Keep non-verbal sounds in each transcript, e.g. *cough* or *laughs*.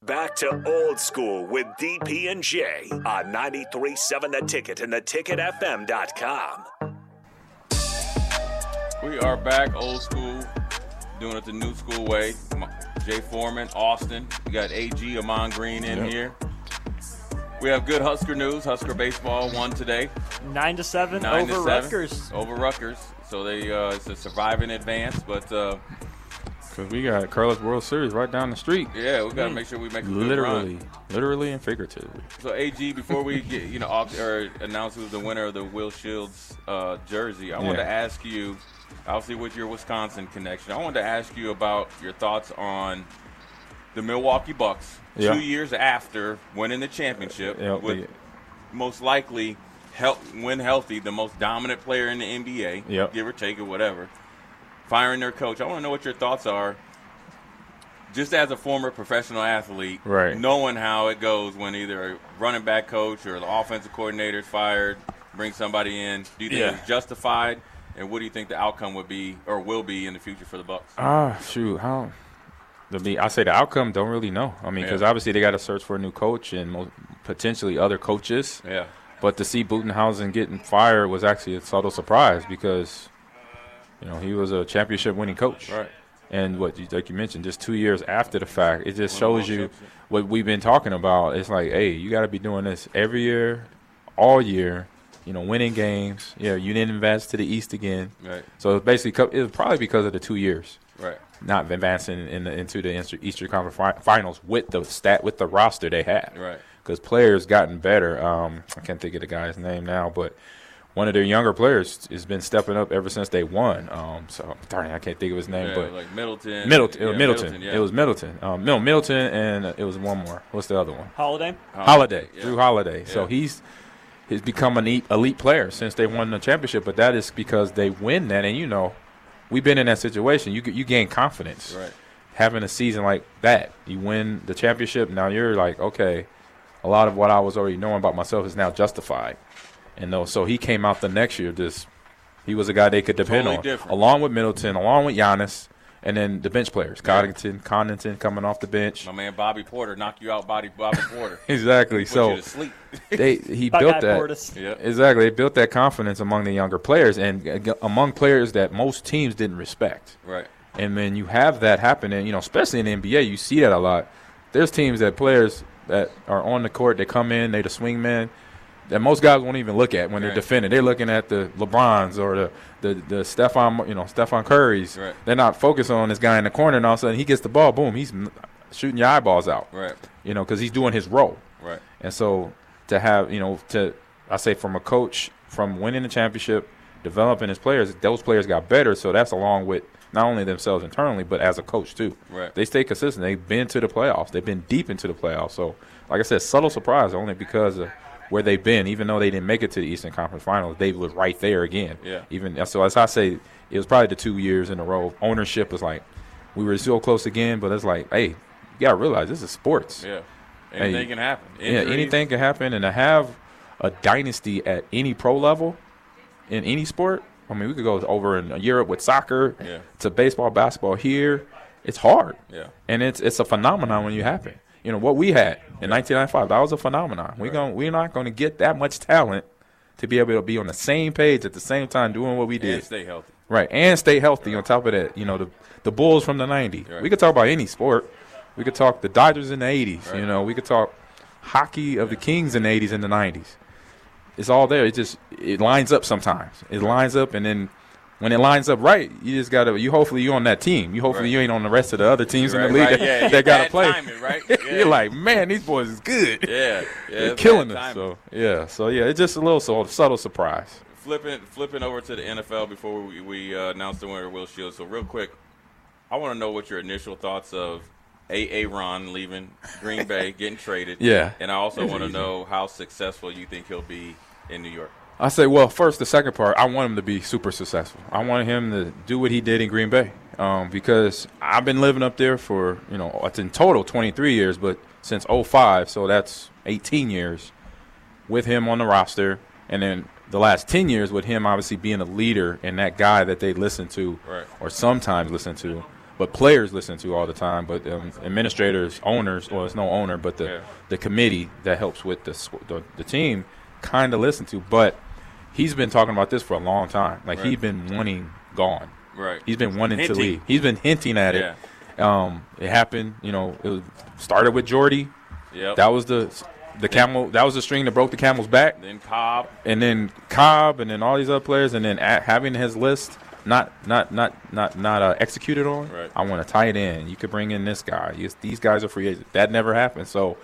Back to old school with DP and J on 937 The Ticket and theticketfm.com. We are back, old school, doing it the new school way. M- Jay Foreman, Austin. We got AG Amon Green in here. We have good Husker news. Husker baseball won today, Nine to seven nine over to seven, Rutgers. Over Rutgers, so they uh, it's a surviving advance. But uh, Because we got Carlos World Series right down the street. yeah, we got to make sure we make a good Literally. run. Literally and figuratively. So AG, before we get you know opt- or announce who's the winner of the Will Shields uh, jersey, I wanted Yeah. to ask you, obviously with your Wisconsin connection, I wanted to ask you about your thoughts on the Milwaukee Bucks Yeah. two years after winning the championship, Yeah, with they- most likely help when healthy the most dominant player in the NBA, Yep. give or take or whatever, firing their coach. I want to know what your thoughts are. Just as a former professional athlete, Right. knowing how it goes when either a running back coach or the offensive coordinator is fired, bring somebody in, do you think Yeah. it's justified? And what do you think the outcome would be or will be in the future for the Bucks? Ah, shoot. How? I mean, I say the outcome. Don't really know. I mean, because Yeah. obviously they got to search for a new coach and mo- potentially other coaches. Yeah. But to see Butenhausen getting fired was actually a subtle surprise because, you know, he was a championship-winning coach. Right. And what, you- like you mentioned, just two years after the fact, it just Won the shows you World Series. what we've been talking about. It's like, hey, you got to be doing this every year, all year. You know, winning games. Yeah, you didn't advance to the East again. Right. So it's basically, co- it was probably because of the two years Right. not advancing in the, into the Easter- Eastern Conference fi- Finals with the stat with the roster they had. Right. Because players gotten better. Um, I can't think of the guy's name now, but one of their younger players has been stepping up ever since they won. Um, so darn it, I can't think of his name, Yeah, but. like Middleton. Middleton, it yeah, was Middleton. yeah. It was Middleton. Um, no, Middleton, and uh, it was one more. What's the other one? Holiday. Holiday, yeah. Drew Holiday. Yeah. So he's he's become an elite, elite player since they won the championship. But that is because they win that, and you know, we've been in that situation. You g- you gain confidence, Right. Having a season like that, you win the championship. Now you're like, okay, a lot of what I was already knowing about myself is now justified, and though, so he came out the next year. Just he was a guy they could depend Totally on, different. along with Middleton, along with Giannis. And then the bench players, Connington, Connington coming off the bench. My man Bobby Porter knock you out, Bobby Bobby *laughs* Porter. Put Exactly. so you to sleep. *laughs* they he Buckeye built that Portis. Yep. exactly. They built that confidence among the younger players and ag- among players that most teams didn't respect. Right. And when you have that happening, you know, especially in the NBA, you see that a lot. There's teams that players that are on the court, they come in, they the swing men that most guys won't even look at when Right. they're defending. They're looking at the LeBrons or the the, the Stephon, you know, Stephon Curry's. Right. They're not focused on this guy in the corner, and all of a sudden he gets the ball, boom, he's m- shooting your eyeballs out. Right. You know, because he's doing his role. Right. And so to have, you know, to I say from a coach from winning the championship, developing his players, those players got better. So that's along with not only themselves internally, but as a coach too. Right. They stay consistent. They've been to the playoffs. They've been deep into the playoffs. So like I said, subtle surprise only because of where they've been, even though they didn't make it to the Eastern Conference Finals, they were right there again. Yeah. Even so, as I say, it was probably the two years in a row. Ownership was like, we were so close again, but it's like, hey, you gotta realize this is sports. Yeah. Anything Hey. can happen. Yeah, Injuries, anything can happen, and to have a dynasty at any pro level in any sport. I mean, we could go over in Europe with soccer Yeah. to baseball, basketball. Here, it's hard. Yeah. and it's it's a phenomenon when you happen. You know what we had in 1995. That was a phenomenon. We going we're not going to get that much talent to be able to be on the same page at the same time doing what we And did. stay healthy. Right, and stay healthy. On top of that, you know the the Bulls from the '90s. Right. We could talk about any sport. We could talk the Dodgers in the '80s. Right. You know, we could talk hockey of the Kings in the '80s and the '90s. It's all there. It just it lines up sometimes. It lines up, and then when it lines up right, you just gotta. You hopefully you're on that team. You hopefully Right. you ain't on the rest of the other teams Right, in the league right, that, yeah, that gotta bad play. timing, *laughs* right? Yeah. you're like, man, these boys is good. Yeah, yeah They're it's killing bad us. timing. So yeah, so yeah, it's just a little so, subtle surprise. Flipping, flipping over to the NFL before we, we uh, announce the winner, Will Shields. So real quick, I want to know what your initial thoughts of A. Ron leaving Green *laughs* Bay, getting traded. Yeah. and I also It's want to easy. know how successful you think he'll be in New York. I say, well, first, the second part, I want him to be super successful. I want him to do what he did in Green Bay um, because I've been living up there for, you know, it's in total 23 years, but since 05, so that's 18 years with him on the roster. And then the last 10 years with him obviously being a leader and that guy that they listen to Right. or sometimes listen to. but players listen to all the time. But um, administrators, owners, well, it's no owner, but the Yeah. the committee that helps with the squ- the, the team kind of listen to. But he's been talking about this for a long time. Like Right. he's been wanting gone. Right. He's been wanting Hinting. to leave. He's been hinting at it. Um, it happened. You know, it was, started with Jordy. Yep. That was the the camel. That was the string that broke the camel's back then Cobb. and then Cobb, and then all these other players, and then at having his list not not not not not uh, executed on. Right. I want a tight end. You could bring in this guy. Yes, these guys are free agents. That never happened. So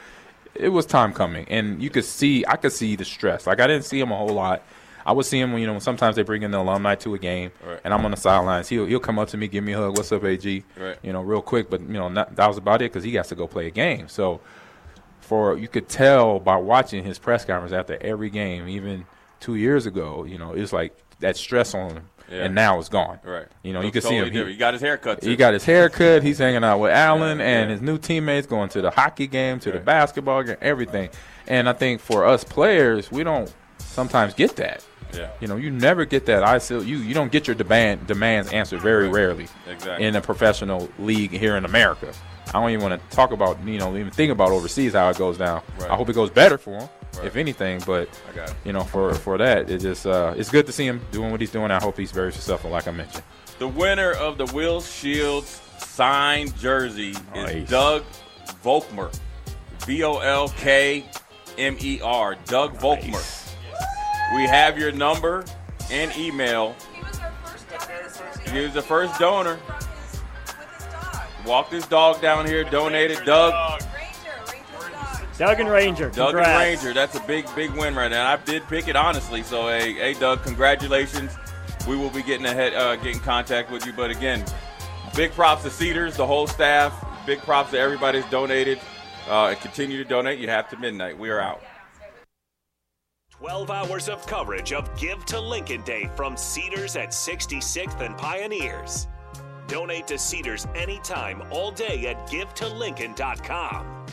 it was time coming, and you could see I could see the stress. Like I didn't see him a whole lot. I would see him when you know when sometimes they bring in the alumni to a game, Right. and I'm on the sidelines. He'll he'll come up to me, give me a hug. What's up, Ag? Right. You know, real quick, but you know not, that was about it because he has to go play a game. So for you could tell by watching his press conference after every game, even two years ago, you know, it's like that stress on him, Yeah. and now it's gone. Right. You know, you Looks can see totally him. different. He, He, got his haircut. Too. he got his hair cut. He's hanging out with Allen Yeah, and yeah. his new teammates, going to the hockey game, to the Right. basketball game, everything. And I think for us players, we don't sometimes get that. Yeah. You know, you never get that. I still you you don't get your demand demands answered very Right. rarely Exactly. in a professional league here in America. I don't even want to talk about you know even think about overseas how it goes down. Right. I hope it goes better for him, Right. if anything. But I got it. you know for for that it just uh, it's good to see him doing what he's doing. I hope he's very successful, like I mentioned. The winner of the Will Shields signed jersey Nice. is Doug Volkmer. V O L K M E R. Doug Volkmer. We have your number and email. He was our first donor this weekend. He was the first donor. From his- with his dog. Walked his dog down here, donated Doug. Ranger, Ranger's dog. Doug and Ranger. Doug and congrats. Ranger. That's a big, big win right now. And I did pick it honestly. So hey, hey Doug, congratulations. We will be getting ahead, uh, get in contact with you. But again, big props to Cedars, the whole staff. Big props to everybody that's donated. Uh, and continue to donate. You have to midnight. We are out. 12 hours of coverage of Give to Lincoln Day from Cedars at 66th and Pioneers. Donate to Cedars anytime, all day at GiveToLincoln.com.